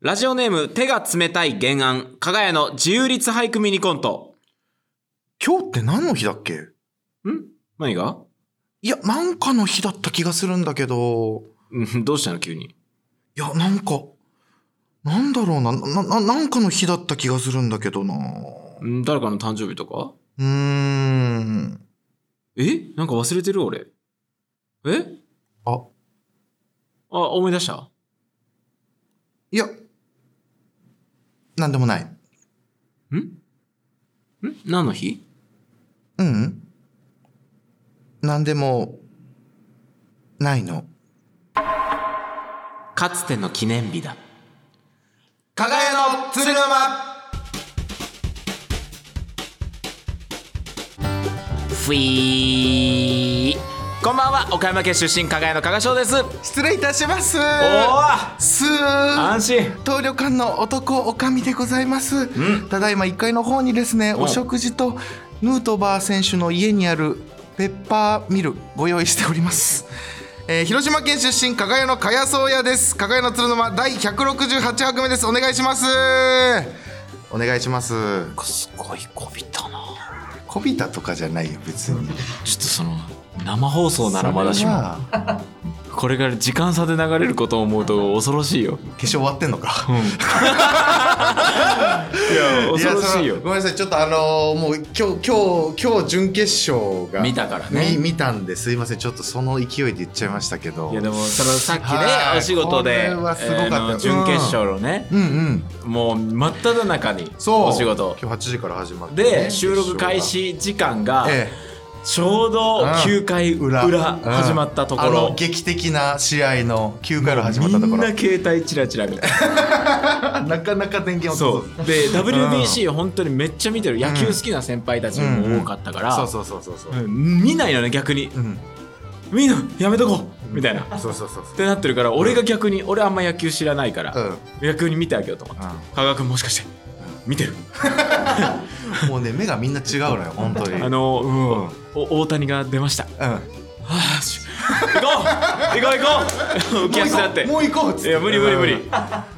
ラジオネーム、手が冷たい原案、加賀屋の自由律俳句ミニコント。今日って何の日だっけん何がいや、なんかの日だった気がするんだけど、うんどうしたの急に。いや、なんか、なんだろうな、な、ななんかの日だった気がするんだけどな。うん誰かの誕生日とかーん。えなんか忘れてる俺。えあ、あ、思い出したいや、なんでもない。ん何の日ううん。なんでも、ないの。かつての記念日だ。かがやの鶴の間ふいーこんばんは、岡山県出身、加賀屋の加賀翔です。おー失礼いたしますす安ー心当旅館の男おかみでございます、ただいま1階の方にですねんお食事とヌートバー選手の家にあるペッパーミルご用意しております、えー広島県出身加賀屋の加谷宗也です加賀屋の鶴沼第168拍目ですお願いしますお願いしますすごいこびたなこびたとかじゃないよ別にちょっとその、生放送ならまだしそれも、はこれから時間差で流れることを思うと恐ろしいよ。化粧終わってんのかいや、恐ろしいやそのよ。ごめんなさいちょっとあのーもう今日今日今日準決勝が見たからねみ見たんですいませんちょっとその勢いで言っちゃいましたけどいやでもそのさっきねはいお仕事でこれはすごかったあの準決勝のね、うんうんもう真っ只中にそうお仕事今日8時から始まってね、で収録開始時間が決勝がえちょうどうん9回え裏裏始まったとこうんあのろ劇的な試合の9回裏始まっみたとこんろな携帯チラチラ見てなかなか電源をそうで WBC 本当にめっちゃ見てる野球好きな先輩たちも多かったからそうそうそうそうそううん見ないのね逆にうん見んなやめとこうみたいなっそうそうそうてなってるから俺が逆に俺あんま野球知らないかそうらうん野球に見てあげようと思って加賀君もしかして見てるうん、もうね目がみんな違うのよ本当にあの、うんお大谷が出ました。はうんあ、し行こう行こう 行こう浮き足立って。もう行こうもう行こうっつっいてや、無理無理無うん理。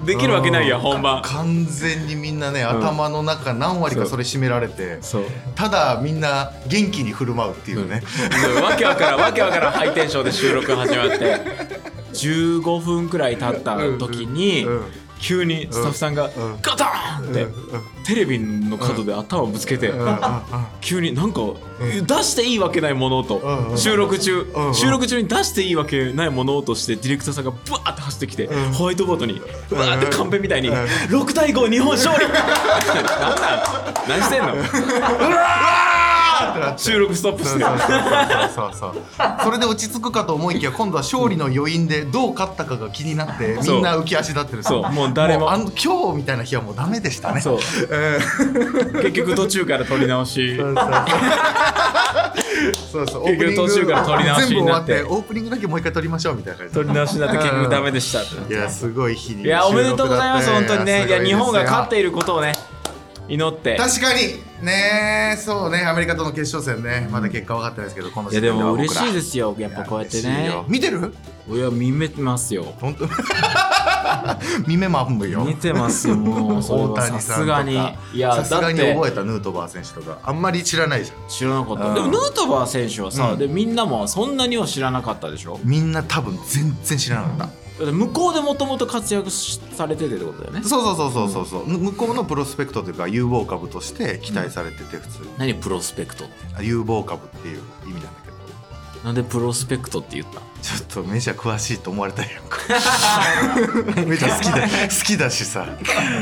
できるわけないや、うん本番。完全にみんなね頭の中何割かそれ占められて、そう。ただみんな元気に振る舞うっていうね、わけわからん、わけわからんハイテンションで収録始まって。15分くらい経った時にうんうん急にスタッフさんがんガターンってうんうんテレビの角で頭ぶつけてうんうん急になんか出していいわけないものうんうとん収録中うんうん収録中に出していいわけないものとしてディレクターさんがブワーって走ってきてうんホワイトボードにブワーってカンペみたいにうん6対5日本勝 利なんなん何してんのうん収録ストップそしうてそうそうそうそうそれで落ち着くかと思いきや今度は勝利の余韻でどう勝ったかが気になってそうみんな浮き足立ってるそうもう誰もあの今日みたいな日はもうダメでしたねそううん結局途中から撮り直しそうそうそうそうオープニン 結グ局途中から撮り直し全部に終なわっっててオープニングだけもう一回撮りましょうみたいな感じ撮り直しになって結う局んダメでしたってなっいてやすごい日にいやおめでとうございます本当にねいや日本が勝ってていることをね祈って確かにねそうねアメリカとの決勝戦ねまだ結果分かってないですけどこのいやでも嬉しいですすよやっぱこうやってね見てる俺は見めてますよ本当 見目まんぶよ見てますよも うそれ大は谷ささんすとかがにいやさすがにだって覚えたヌートバー選手とかあんまり知らないじゃん知らなかった、うんでもヌートバー選手はさ、うんでみんなもそんなには知らなかったでしょみんな多分全然知らなかっだって向こうでもともと活躍しされててってことだよねたそうそうそうそうそう向こうのプロスペクトというか有望株として期待されてて普通に何プロスペクトってあ有望株っていう意味なんだけどなんでプロスペクトって言ったちょっとメジャー詳しいと思われたやん かメジャー好きだ好きだしさ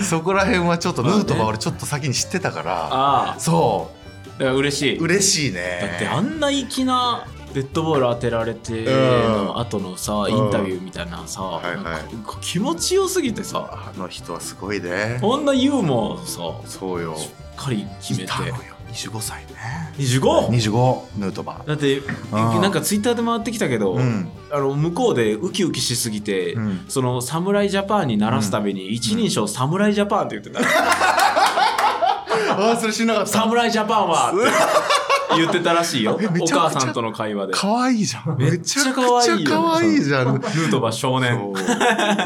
そこら辺はちょっとヌートバー俺ちょっと先に知ってたからああそだから嬉しいう嬉しいだってあねんな粋なデッドボール当てられての後のさ、うんインタビューみたいなさ、んはいはいなんか気持ちよすぎてさあの人はすごいねこんなユーモアをさそうよしっかり決めていたのよ25歳ね 25! 25ヌートバだってなんかツイッターで回ってきたけど、ーうんあの向こうでウキウキしすぎて、うんその侍ジャパンにならすために一人称侍ジャパンって言ってた、ああそれ知らなかった侍ジャパンは言ってたらしいよえ めおちゃくちゃ母さんとの会話で可愛いじゃん。めっちゃ可愛いよめちゃくちゃ可愛いじ ゃん。ヌートバー少年そ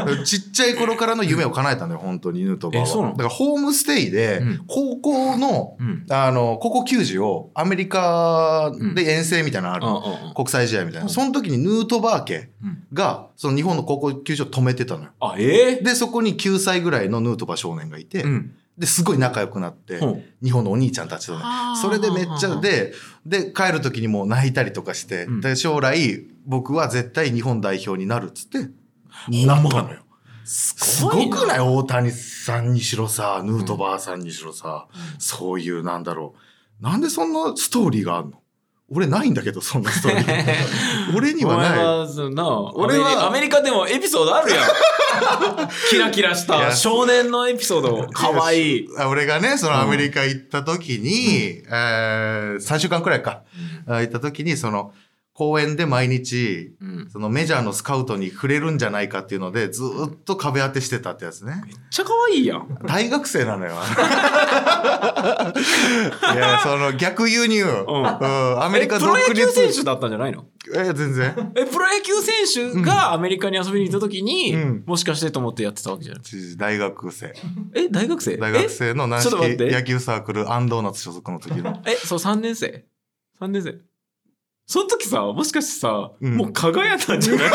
うちっちゃい頃からの夢を叶えたのよ、本当に、ヌートバーは。えそうなのだから、ホームステイでうん、高校の、うんあの、高校球児をアメリカで遠征みたいなのある、うんうんうん国際試合みたいな。うんその時にヌートバー家うんが、その日本の高校球児を止めてたのよ。あええで、そこに9歳ぐらいのヌートバー少年がいて、うんで、すごい仲良くなって、うん日本のお兄ちゃんたちとね。それでめっちゃ、で、で、帰る時にもう泣いたりとかして、うんで将来、僕は絶対日本代表になるっつって、んなまったのよ。すすごごいなくない大谷さんにしろさ、ヌートバーさんにしろさ、そういう、なんだろう。なんでそんなストーリーがあるの俺ないんだけど、そんなストーリー。 俺におは前ない。はその俺俺ははアメリカでもエピソードあるやん キラキラしいやた少年のエピソードかわいいあ俺がね、そのアメリカ行った時に、えー、3週間くらいか、あ行った時に、その、公園で毎日、うんそのメジャーのスカウトに触れるんじゃないかっていうので、ずーっと壁当てしてたってやつね。めっちゃ可愛いやん。大学生なの よ。いや、その逆輸入。うん、アメリカえプロ独野球立。選手だったんじゃないのえ、全然。え、プロ野球選手がアメリカに遊びに行った時に、うんもしかしてと思ってやってたわけじゃない。大学生。え、大学生大学生の軟ちょっと待式って野球サークルアンドーナツ所属の時 の。え、えそう、3年生 ?3 年生。その時さ、もしかしてさ、うんもう輝いたんじゃないの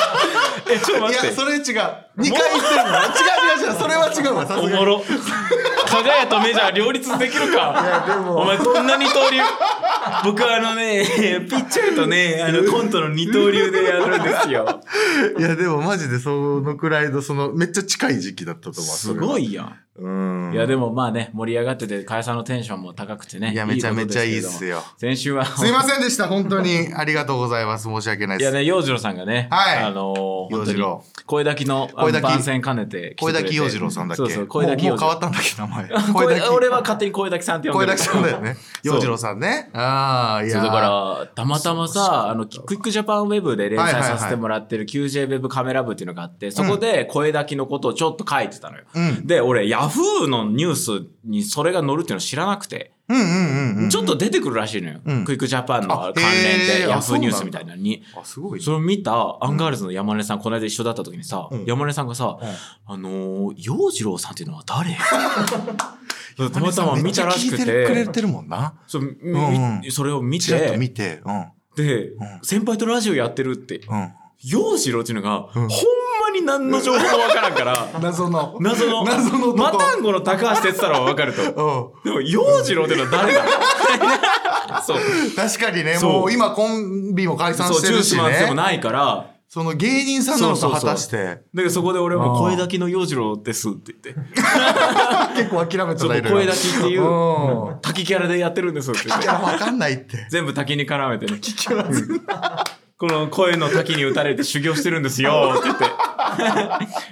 え、ちょっとい待やって。、それ違う。2回言ってるの。違う違う違う。それは違うわ。さすおがに。もろ。輝とメジャー両立できるいか。や、でおも。前どんな二刀流僕あのね、ピッチャーとね、あのコントの二刀流でやるんですよ。いや、でもマジでそのくらいの、その、めっちゃ近い時期だったと思う。すごい。いやん。うん。いやでもまあね盛り上がってて会社のテンションも高くてねいや、めちゃめちゃいいっすよよ。先週はすいませんでした。本当に。ありがとうございます。申し訳ないいでやす。ね洋次郎さんがね、はいあのー、洋本当次に郎。声だきのあ声のだき番宣兼ねて来てく小れて枝木洋次郎さんだっけそうそう声だきも洋うもう次郎変わったんだっけ、名 前。声小枝木俺は勝手に声だきさんって呼ん小で枝る木さんだよね。そう洋次郎さんね。ああ、いそや。うだからたまたまさあのクイックジャパンウェブで連載させてもらってる QJ ウェブカメラ部っていうのがあってそこで声だきのことをちょっと書いてたのよ、うん。で俺ヤフーのニュースにそれが載るっていうの知らなくて、うんうんうんうん。ちょっと出てくるらしいのよ、うんクイックジャパンの関あへ連ーでヤフーニュースみたいなのにあ、すごいね。それを見たアンガールズの山根さん、この間一緒だった時にさ、うん山根さんがさ、うんあのー、洋次郎さんっていうのは誰 そうたまた山ま根さん見たらしくめっちゃ聞いてくれて、てるもんな。そうみうんみそれを見ちらっとて、見て。うん。で、ん先輩とラジオやってるって、うん。洋次郎っていうのが、うほんんまに何の情報もわからんから、 謎の。謎の、謎の男マタンゴの高橋哲太郎はわかる と。うでも、洋次郎っていうのは 誰だそう。ん。確かにね、そうもう今コンビも解散そう、してジューるスしマンでもね。ないから、その芸人さんなのとそうそう果そうたして。だけどそこで俺もあー声だけの洋次郎ですって言って。結構諦めたそなのいろいろ声だけっていううん。滝キャラでやってるんですよって言っい てや、わかんないって。全部滝に絡めてねこの声の滝に打たれて修行してるんですよって言っ て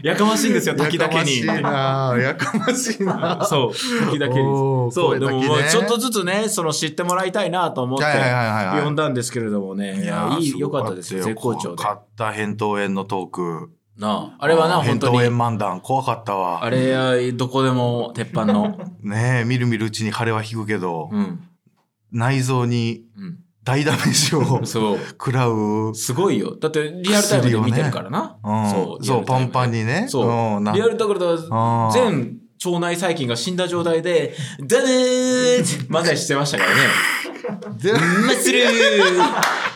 やかましいんですよ滝だけにやかましいなやかましいなそう滝だけにおーそう声でだけもねもうちょっとずつねその知ってもらいたいなと思ってはいはいはいはい呼んだんですけれどもねいやいいよかったですよ絶好調で買った扁桃炎のトーク。なああれはなー本当扁に桃炎漫談、怖かったあわ。れはどこでも鉄板のねえ、みるみるうちに腫れは引くけど、うん内臓にう大ダメージをんそう食らう。すごいよだってリアルタイムで見てるからなうん、そうリアルタパイムでンパンにね。そんなう。リアルタイムだとあー全腸内細菌が死んだ状態で、ダメーって漫才してましたからね。でマッスルー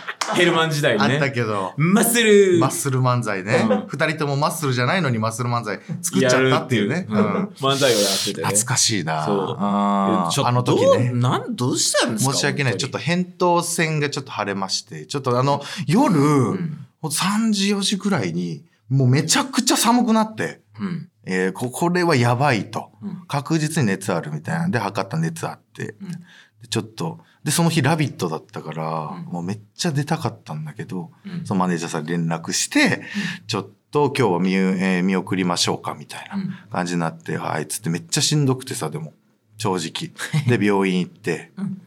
ヘルマン時代あにったね。けど、マッスルーマッスル漫才ねうん。二、人ともマッスルじゃないのにマッスル漫才作っちゃったっていうね。やるってういうん漫才をやっててね。懐かしいなそうあちょーあの時ねどう。なん、どうしたんですか申し訳ない。ちょっ。と本扁桃腺がちょっと腫れまして、ちょっとあの、夜、ん3時4時くらいに、もうめちゃくちゃ寒くなって、当にうん。えーこ、これはやばいと。うん確実に熱あるみたいなんで、測った熱あって、うんでちょっと、で、その日ラビットだったから、うんもうめっちゃ出たかったんだけど、うんそのマネージャーさんに連絡して、ちょっと今日は見,、えー見送りましょうかみたいな。うん感じになって、はい、つってめっちゃしんどくてさ、でも、正直。 で、病院行ってうん、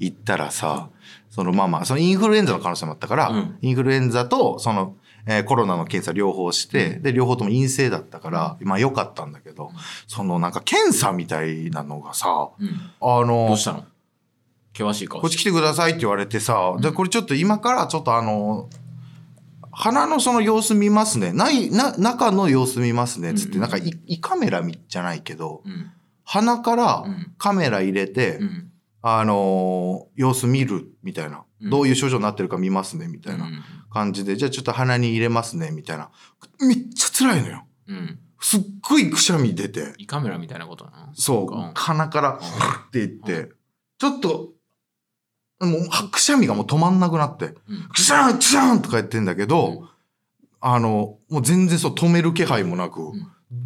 行ったらさ、そのまあまあ、そのインフルエンザの可能性もあったから、うんインフルエンザと、その、えーコロナの検査両方して、で、両方とも陰性だったから、まあ良かったんだけど、そのなんか検査みたいなのがさ、うんあどのうし、たの険しい顔こっち来てくださいって言われてさ、でこれちょっと今からちょっとあの花のその様子見ますねないな中の様子見ますねっつって、うんなんか胃胃カメラみじゃないけどうん鼻からうんカメラ入れて、うんあのー様子見るみたいな、うんどういう症状になってるか見ますねみたいな感じで、じゃあちょっと鼻に入れますねみたいなめっちゃ辛いのようんすっごいくしゃみ出て胃カメラみたいなことなのそう、うん鼻からんって言って、うちょっともうくしゃみがもう止まんなくなってうん「くしゃんくしゃん!」とか言ってんだけど、うんあのもう全然そう止める気配もなく、ん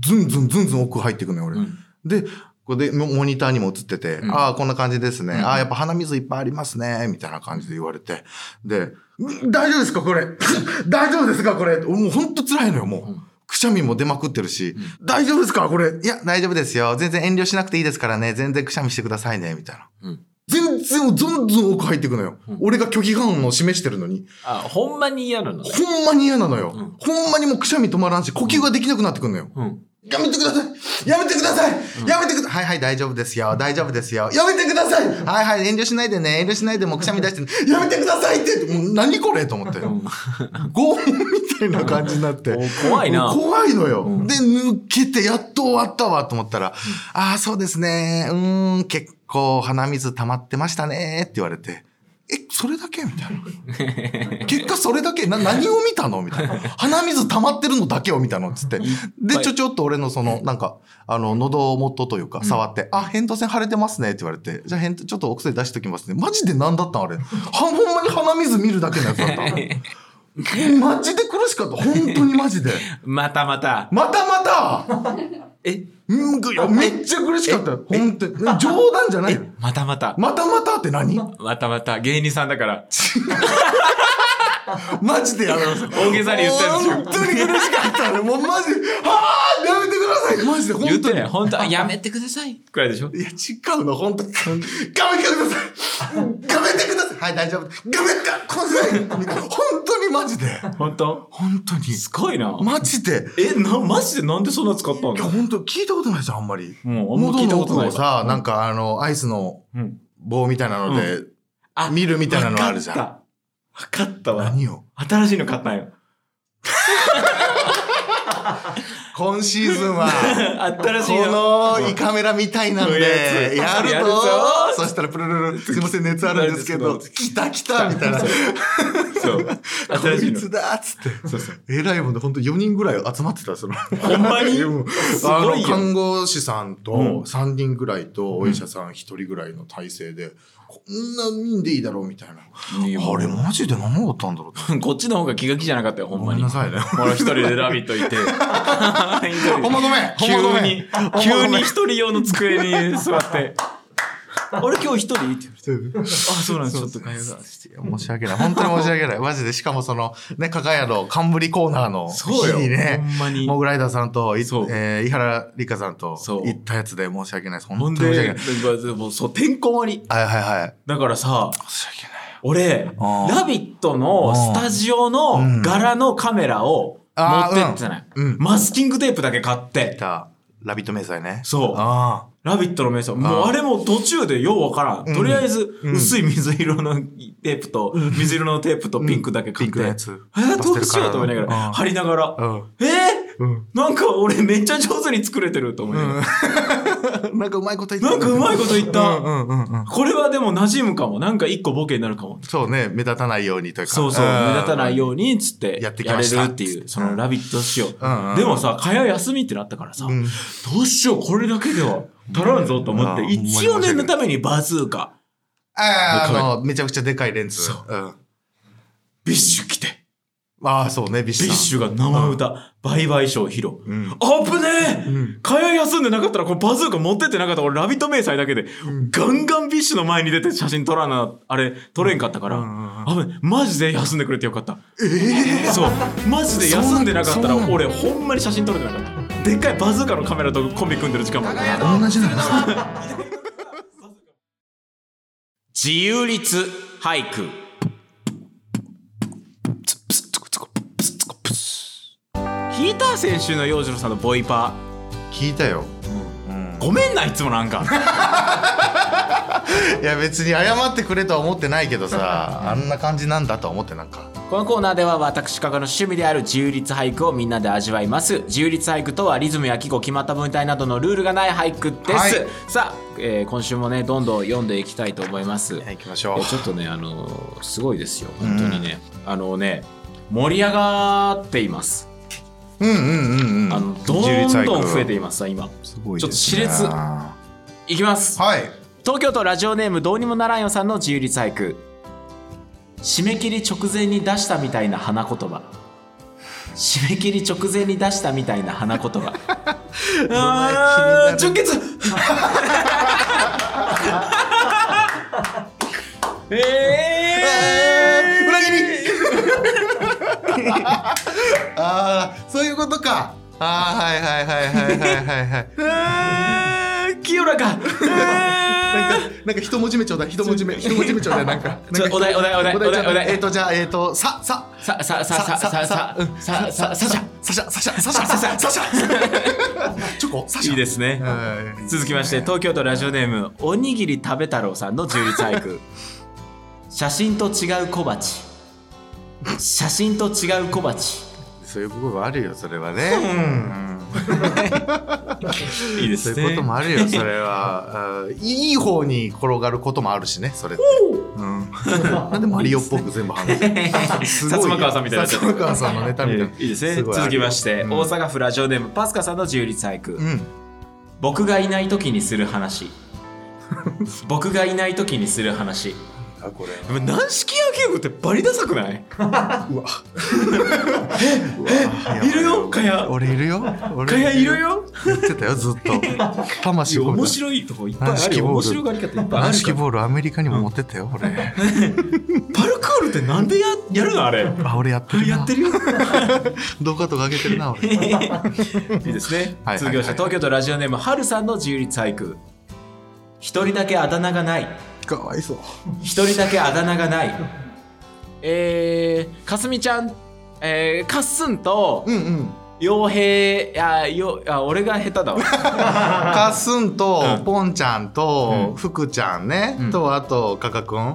ズンズンズンズン奥入ってくのよ俺。うんで、これでモモニターにも映ってて、うんああ、こんな感じですね。うんああ、やっぱ鼻水いっぱいありますね。みたいな感じで言われて。で、うん大丈夫ですかこれ。 大丈夫ですかこれ。もうほんと辛いのよ、もう。うんくしゃみも出まくってるし、う大丈夫ですかこれ。いや、大丈夫ですよ。全然遠慮しなくていいですからね。全然くしゃみしてくださいね。みたいな。うん全然もうどんどん奥入っていくのよ。うん俺が拒否反応を示してるのに。あほんまに嫌なのほんまに嫌なのよ。うんほんまにもうくしゃみ止まらんし、呼吸ができなくなってくるのよ。うんやめてくださいやめてください、やめてくだはいはい、大丈夫ですよ。大丈夫ですよ。やめてくださいはいはい、遠慮しないでね。遠慮しないでもうくしゃみ出してね、 やめてくださいってもう何これと思って。うん拷問みたいな感じになって。お怖いな怖いのよ。んで、抜けて、やっと終わったわと思ったら、ああ、そうですね。うーん、結構鼻水溜まってましたね。って言われて。え、それだけみたい な。結果それだけな、何を見たのみたいな。鼻水溜まってるのだけを見たのつって。で、ちょ、ちょっと俺のその、なんか、あの、喉元というか、触って、あ、扁桃腺腫れてますねって言われて、じゃあ、扁桃ちょっとお薬出しときますね。マジで何だったんあれ。は、ほんまに鼻水見るだけのやつだ った。マジで苦しかった。本当にマジで。またまたまたまたえうんいやめっちゃ苦しかった。本当に。冗談じゃないよ。またまたまたまたって何またまた芸人さんだからマジでやめなさい。大げさに言ったんですよ本当に苦しかった。もうマジで、はあやめてください。マジで、言っ本当てに。ね本当はやめてくださいくらいでしょいや、違うの、本当に。画面てください。画面てください。はい、大丈夫。画面か、この際。本当にマジで。本当本当に。すごいなマジで。えなマジでなんでそんな使ったのいや、本当聞いたことないじゃん、あんまり。もうあんま聞い喉たのこと奥ないをさ、なんかあの、アイスのうん棒みたいなので、あ見るみたいなのあるじゃん。わかったわかったわ何よ。新しいの買ったんよ 今シーズ ンは、新しいのこの胃カメラみたいなんで、ややるぞるぞそしたらプルルル、すいません、熱あるんですけど、来た来たみたいな。こそう新しいいのつだっつって。そうそうえらいもんで、ほんと4人ぐらい集まってた、その。ほんまにうんすごいあのよ看護師さんとうん3人ぐらいと、お医者さん1人ぐらいの体制で、こんな人でいいだろうみたいな。あれマジで何だったんだろうってこっちの方が気が気じゃなかったよほんごまめんになさいね。俺一人で「ラビット!」いて ほんまごめん。ほんまご急めんに。急に一人用の机に座 って「俺今日一人?」って言われて「うんあそうなんですちょっと会話が」して申し訳ない。本当に申し訳ない。マジで。しかもその、ね、かかやの冠コーナーの日そうよにほね、んまにモグライダーさんと、いえそうー、井原里香さんとそう行ったやつで申し訳ないです。ほ本ん当に申し訳でない。もうそうてんこ盛りはいはいはい。だからさ申し訳ない。俺「あーラビット!」のスタジオの柄のカメラを持あっーてってない、うんうんマスキングテープだけ買ってた、ラビット迷彩ね。そうあラビットの瞑想。もうあーあれも途中でようわからん。うんとりあえず、うん薄い水色のテープと、水色のテープとピンクだけ買って。ピンクのやつえー、どうしようと思いながパステルカラーのうら、ん貼りながら。あ。うん。えーうん。なんか俺めっちゃ上手に作れてると思いながら。 なんかうまいこと言った。なんかうまいこと言った。うんうんうんうん。これはでも馴染むかも。なんか一個ボケになるかも。そうね、目立たないようにというか。そうそう、ん目立たないように、つって、やってきましたやれるっていう、そのラビット仕様。んうんでもさ、かや休みってなったからさ、んどうしよう、これだけでは足らんぞと思って、うん一応念のためにバズーカ、あでかいあ、あの、めちゃくちゃでかいレンズ。そううん。ビッシュ来て。ああ、そうね、ビッシュビッさん。シュが生歌、バイバイショー披露。うんあぶねえ、うんかや休んでなかったら、このバズーカ持ってってなかったら、俺、ラビット迷彩だけで、ガンガンビッシュの前に出て写真撮らな、あれ、撮れんかったから、うんうんうんあぶねえマジで休んでくれてよかった。そう、マジで休んでなかったそらんな、俺、ほんまに写真撮れてなかった。でっかいバズーカのカメラとコンビ組んでる時間もあるから。同じなんだ。自由律俳句ヒーター選手の洋次郎さんのボイパ聞いたよ。うんごめんないつもなんかいや別に謝ってくれとは思ってないけどさあんな感じなんだとは思ってなんかこのコーナーでは私加賀の趣味である自由律俳句をみんなで味わいます自由律俳句とはリズムや記号決まった文体などのルールがない俳句です、はいさあ、えー今週もねどんどん読んでいきたいと思います、はい行きましょいうやちょっとねあのーすごいですよ本当にね、あのね盛り上がっています、うんうんうんうんあのどんどん増えていますさ今すごいですねちょっと熾烈いきますはい東京都ラジオネームどうにもならんよさんの自由律俳句締め切り直前に出したみたいな花言葉締め切り直前に出したみたいな花言葉あー気純に潔えー裏切り ああそういうことかああはいはいはいはいはいはい あはいー清らかなあんかなんか一文字目ちょうだい一文字目一文字目ちょうだいなんかちょなんかお題お題お題ちょうだおい題お題えっとじゃあえっとささーさささささささうんささささサシャサシャサシャサシャサシャチョコサシャいいですねはい続きまして東京都ラジオネームおにぎり食べ太郎さんの充実俳 句写真と違う小鉢写真と違う小鉢そういう部分もあるよそれはねうんいいでそういうこともあるよそれはあーいい方に転がることもあるしねそれってうんなんでマリオっぽく全部話すすごい よ薩摩川さんみたいになっちゃった薩摩川さんのネタみたいな いいですねすごいある続きまして、うん大阪府ラジオネームパスカさんの充実俳句、うん僕がいない時にする 話僕がいない時にする話あこれ軟式野球部ってバリダサくないうわいるよかや俺いるよか俺やいるよ言ってたよずっとい魂や込め面た白いとこいっぱい軟ある式ボーよル面白がり方いっぱいあるから 軟式ボールアメリカにも持ってったよ俺パルクールってなんでややるのあ れあ俺やってるなやってるよどうかとかけてるな俺 いいです ねはいはいはい続きまして東京都ラジオネームはるさんの自由律俳句一人だけあだ名がないかわいそう一人だけあだ名がない えー、かすみちゃんえー、かっすんとうんうん傭兵あよあ俺が下手だわかすんとうんぽんちゃんうとんふくちゃんねうんとあとかか く ん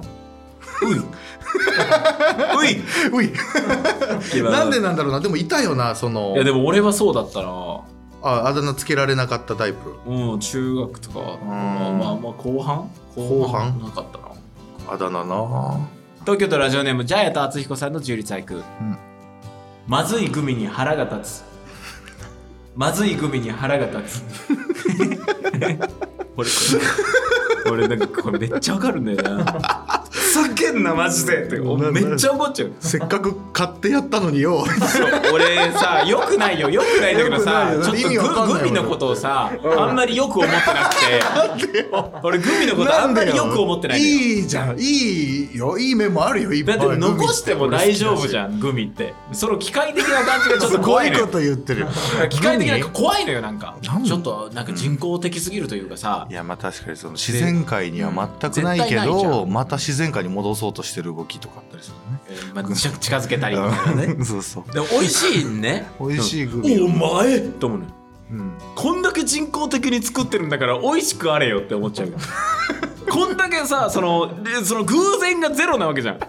ういう いいや なんでなんだろうなでもいたよなそのいやでも俺はそうだったなああだ名つけられなかったタイプうん中学とかまあまあまあ後半後半なかったなあだ名な東京都ラジオネームジャイアント厚彦さんの充実俳句、まずいグミに腹が立つまずいグミに腹が 立つ俺これ俺なんかこれめっちゃわかるんだよなふざけんなマジでってめっちゃ怒っちゃう せっかく買ってやったのによそう俺さよくないよよくないんだけどさ良くちょっないよ意味わかとんないググミのことをさあんまりよく思ってなくて俺グミのことあんまりよく思って ないのよいいじゃんいいよいい面もあるよいっぱだいって残しても大丈夫じんゃんグミってその機械的な感じがちょっすとご怖いいのこよと言ってる 機械的な怖いのよなんか何ちょっとなんか人工的すぎるというかさいやまあ確かにその自然界には全くうんないけ絶対ないじどゃまた自然界に戻そうとしてる動きとかあったりすえーまあちょ近づけたりるみたいな ねねそうそうでも美味しいね美味しいグミお前と思うのようんこんだけ人工的に作ってるんだから美味しくあれよって思っちゃうよこんだけさそのでその偶然がゼロなわけじゃん偶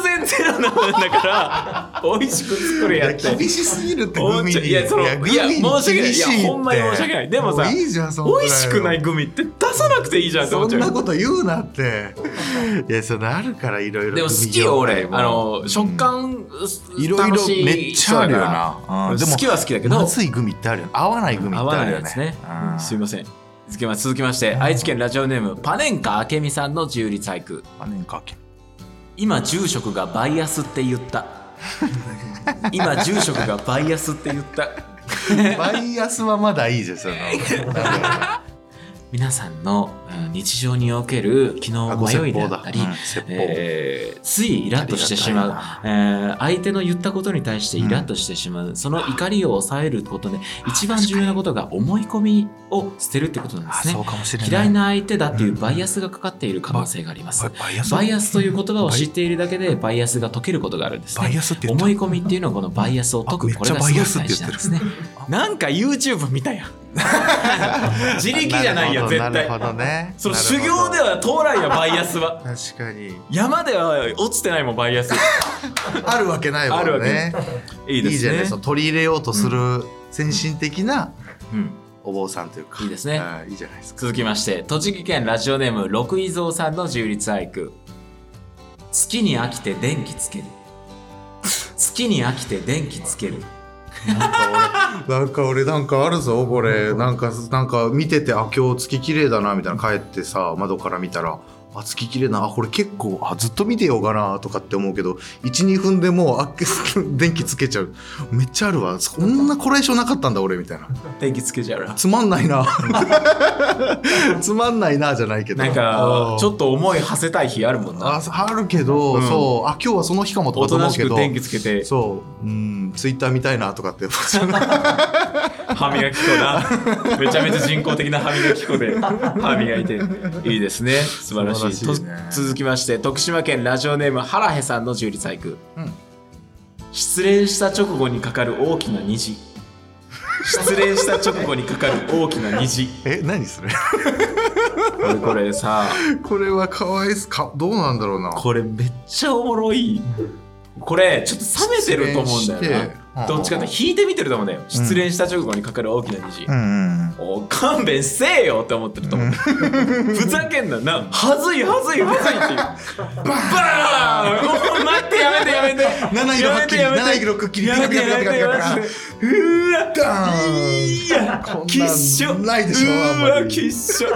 然ゼロなわけだから美味しく作れいややって厳しすぎるって思グっミちゃにういやそのグミにいや申し訳ない厳しっていやほんまに申し訳ないでもさういいじゃんそんぐら美味しくないのグミって出さなくていいじゃんって思そっちんゃなうこと言うなっていやそれあるからいろいろでも好きよグミ俺業界もあの食感いろい楽ろしいめっちゃあるよなうんそうだからでも好きは好きだけどまずいグミってあるよね合わないグミって合わあないるよやねつねうんうんすいません続きま続きまして愛知県ラジオネームパネンカ明美さんの自由律俳句まあ年間明け今住職がバイアスって言った 今住職がバイアスって言ったバイアスはまだいいですよ。皆さんのうん日常における気の迷いであったり、あご説法だうん説法えーついイラッとしてしまう、えー相手の言ったことに対してイラッとしてしまう、その怒りを抑えることで一番重要なことが思い込みを捨てるってことなんであすねうかもし嫌いな相手だっていううんバイアスがかかっている可能性があります、ババイアスバイアスという言葉を知っているだけでバイアスが解けることがあるんですバイねアスって言った思い込みっていうのはこのバイアスを解あめくっちゃ これがすごい大事なんですねなんか YouTube 見たやん自力じゃないよ絶なる対ほどねその修行ではは通らんよバイアスは確かに山では落ちてないもんバイアスあるわけないもんねあるわけないいいですね いいじゃないその取り入れようとする先進的なうんお坊さんというかいいですねあーいいじゃないですか続きまして栃木県ラジオネーム六井蔵さんの充実俳句月に飽きて電気つける月に飽きて電気つけるなんか俺なんかあるぞこれなんかなんか見ててあ今日月綺麗だなみたいな帰ってさ窓から見たらあ月綺麗なあこれ結構あずっと見てようかなとかって思うけど12分でもうあ電気つけちゃうめっちゃあるわそんなこれ以上なかったんだ俺みたいな電気つけちゃうなつまんないな つまんないなじゃないけどなんかちょとっと思い馳せたい日あるもんなああるけど、うんそうあ今日はその日かもとおかとと思なうしけくど電気つけてそううんツイッター見たいなとかって思っちゃう歯磨き粉なめちゃめちゃ人工的な歯磨き粉で歯磨いていいですね素晴らしい素晴らしいねと続きまして徳島県ラジオネーム原へさんの充実俳句、うん失恋した直後にかかる大きな虹失恋した直後にかかる大きな虹え何それこれこれさこれはかわいすかどうなんだろうなこれめっちゃおもろいこれちょっと冷めてると思うんだ失よ恋してなどっちかって引いてみてると思うんだよ失恋した直後にかかる大きな虹、うんお勘弁せえよって思ってると思う、ふざけんななはずいはずいはずいっていうバーンお待ってやめてやめて七色はっきりやめてやめ七て色くっきりやめてやめてやめてピカうわピカピカピカピカダーンいやこんなんきっしょないでしょあんうまりわきっしょ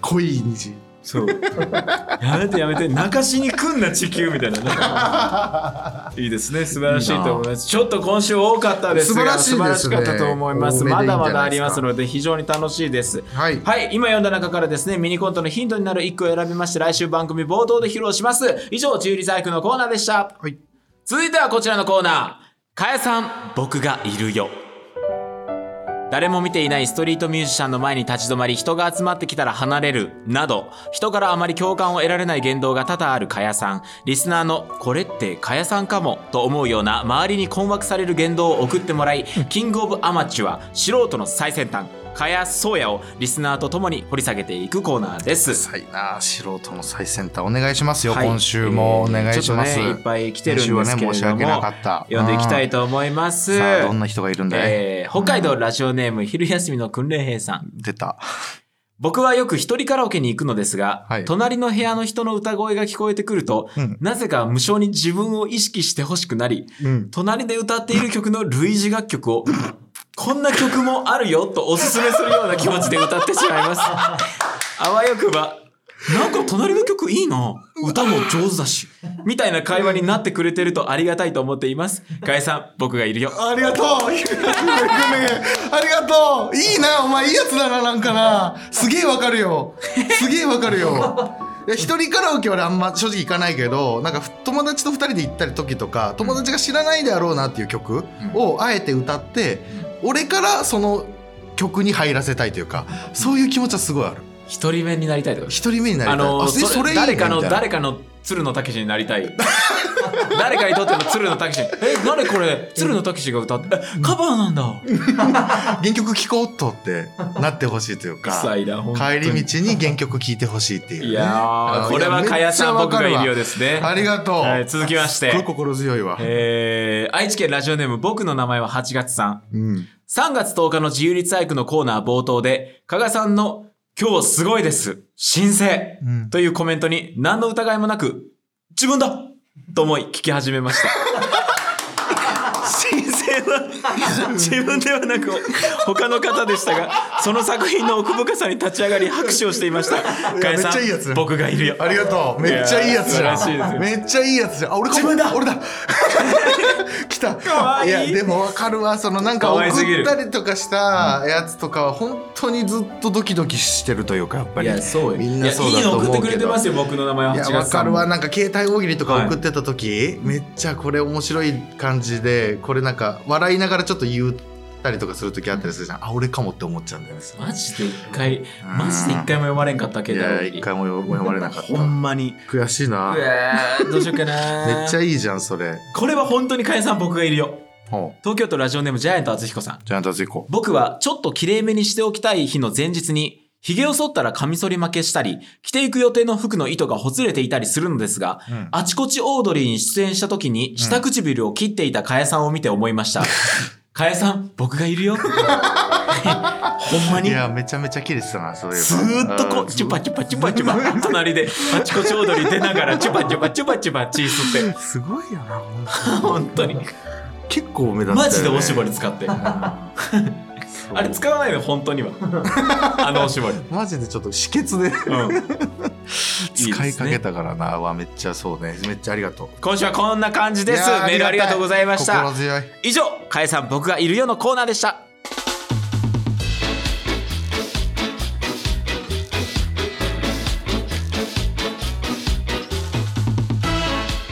濃い虹そうやめてやめて泣かしに来んな地球みたいななんかいいですね素晴らしいと思いますちょっと今週多かったですが素晴らしいですね素晴らしかったと思います多めでいまいんじだゃないですかまだありますので非常に楽しいですはいはい、今読んだ中からですね、ミニコントのヒントになる1句を選びまして、来週番組冒頭で披露します。以上、自由リサイクルのコーナーでした。はい続いてはこちらのコーナー。かやさん、僕がいるよ。誰も見ていないストリートミュージシャンの前に立ち止まり人が集まってきたら離れるなど人からあまり共感を得られない言動が多々あるかやさんリスナーの「これってかやさんかも」と思うような周りに困惑される言動を送ってもらいキングオブアマチュア素人の最先端かやそうやをリスナーと共に掘り下げていくコーナーです。さいな素人の最先端お願いしますよ、はい今週もお願いします、ちょっとね、いっぱい来てるんですけれ先週はね申しども、訳なかった読んでいきたいと思います。さあどんな人がいるんだい、えー北海道ラジオネーム、昼休みの訓練兵さん。出た僕はよく一人カラオケに行くのですが、はい隣の部屋の人の歌声が聞こえてくると、うんなぜか無性に自分を意識してほしくなり、うん隣で歌っている曲の類似楽曲 を、こんな曲もあるよとおすすめするような気持ちで歌ってしまいます。あわよくば、なんか隣の曲いいな。歌も上手だし。みたいな会話になってくれてるとありがたいと思っています。かえさん、僕がいるよ。あり がとうありがとういいなお前いいやつだななんかなすげえわかるよすげえわかるよいや一人カラオケは俺あんま正直行かないけどなんかふ友達と二人で行ったり時とか友達が知らないであろうなっていう曲をあえて歌って、俺からその曲に入らせたいというかそういう気持ちはすごいある一人目になりたいとか一人目になりたいあのあそれいいね誰かのみたいな誰かの鶴野武になりたい 誰かにとっての鶴野武え誰これ鶴野武が歌ってえカバーなんだ原曲聴こうっとってなってほしいと いうか臭いな本当帰にり道に原曲聴いてほしいっていう、ね、いやーこれはかやさん僕がいるようでですねありがとう、はい続きましてすごい心強いわ、えー愛知県ラジオネーム僕の名前は8月さんうん、 3月10日の自由律俳句のコーナー冒頭で、加賀さんの今日すごいです。申請、うんというコメントに何の疑いもなく、自分だと思い聞き始めま した。申請は自分ではなく他の方でしたが、その作品の奥深さに立ち上がり拍手をしていました。加賀めっちさゃいいやつん、僕がいるよ。ありがとうめっちゃいいやつじゃいやー素晴らしいですんよめっちゃいいやつじゃんあ俺か自分だ俺だ 来たわいいやでもわかるわそのなんか可送愛すぎるったりとかしたやつとかは本当にずっとドキドキしてるというかやっぱいりや、そうよ。みんなそうだと思ういやいいの送けどってくれてますよ、僕の名前はい8や月わさかんもるわなんか携帯大喜利とか送ってた時、めっちゃこれ面白い感じでこれなんか笑いながらちょっと言ったりとかする時あったりするじゃん、あ俺かもって思っちゃうんだよねマジで一回、マジで一回も読まれんかったけいど。や一回も読まれなかったほんまに。悔しいなうわーどうしようかなめっちゃいいいじゃんそれこれは本当にかやさん僕がいるよほう東京都ラジオネームジャイアント厚彦さんジャイアント厚彦僕はちょっときれいめにしておきたい日の前日に、髭を剃ったらカミソリ負けしたり、着ていく予定の服の糸がほつれていたりするのですが、うんあちこちオードリーに出演した時に、下唇を切っていたかえさんを見て思いま した。かえさん、僕がいるよ。ほんまいに。やめちゃめちゃキレてたなそういえばずーっとこんう、チュパチュパチュパチュパ、隣で、あちこちオードリー出ながら、チュパチュパチュパチュパチースって、すごいよな本本当に。当に結構目立ったよねマジでおしぼり使って。そうあれ使わないの、本当には。あのおしぼり。マジでちょっと止血でうん。使いかけたたからなうわめっちゃそうねめっちゃありがとう今週はこんな感じですいやーメールありがとうございまし心た強い以上かえさん僕がいるよのコーナーでした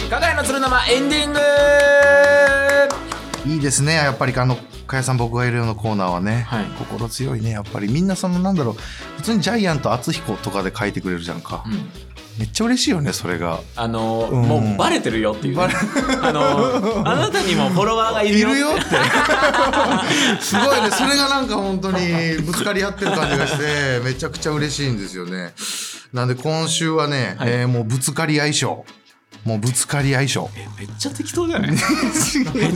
加賀谷の鶴の間エンディングいいですねやっぱりあの加谷さん僕がいるようなコーナーはね、はい心強いねやっぱりみんなそのなんだろう普通にジャイアント厚彦とかで書いてくれるじゃんか、うんめっちゃ嬉しいよねそれがあのーうんもうバレてるよっていうね、あの ーあなたにもフォロワーがいいるよるよって すごいねそれがなんか本当にぶつかり合ってる感じがしてめちゃくちゃ嬉しいんですよねなんで今週はね、はいえーもうぶつかり相性もうぶつかり相性えめっちゃ適当じゃないめっ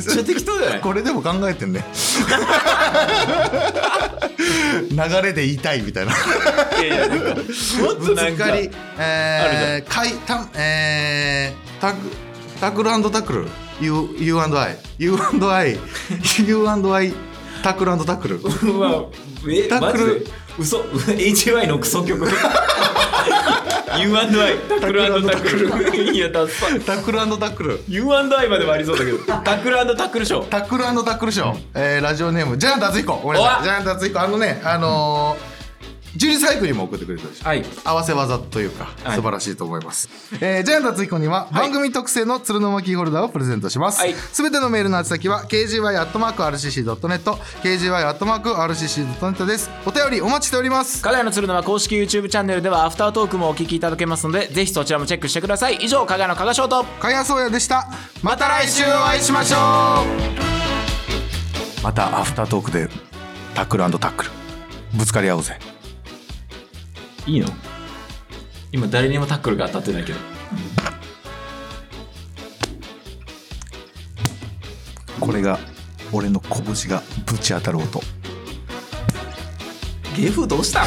ちゃ適当じゃないこれでも考えてんね流れで言いたいみたいないやいやなんかもっとぶなんつかかり、あえー、かいたえー、タグタクルタックル U U and I U and I U and I タクルタックルうわえタックルマジで嘘 HY のクソ曲 U&I タックルタックルいやダサいタクルタックル U&I まではありそうだ けどタックルタックルショータクルタックルショー、えー、ラジオネームジャイアント敦彦ごめんなさおいジャイアント敦彦あのねあのー、ジュリスハイクにも送ってくれたでしょはい合わせ技というか、はい素晴らしいと思います、えー、ジャイアント厚彦には番組特製の鶴の巻ホルダーをプレゼントします、はいすべてのメールの宛先は kgy.rcc.net kgy.rcc.net ですお便りお待ちしております加賀屋の鶴のは公式 YouTube チャンネルではアフタートークもお聞きいただけますのでぜひそちらもチェックしてください以上加賀屋の加賀翔とかやそうやでしたまた来週お会いしましょうまたアフタートークでタックルタックルぶつかり合おうぜいいの今誰にもタックルが当たってないけどこれが俺の拳がぶち当たる音芸風どうしたの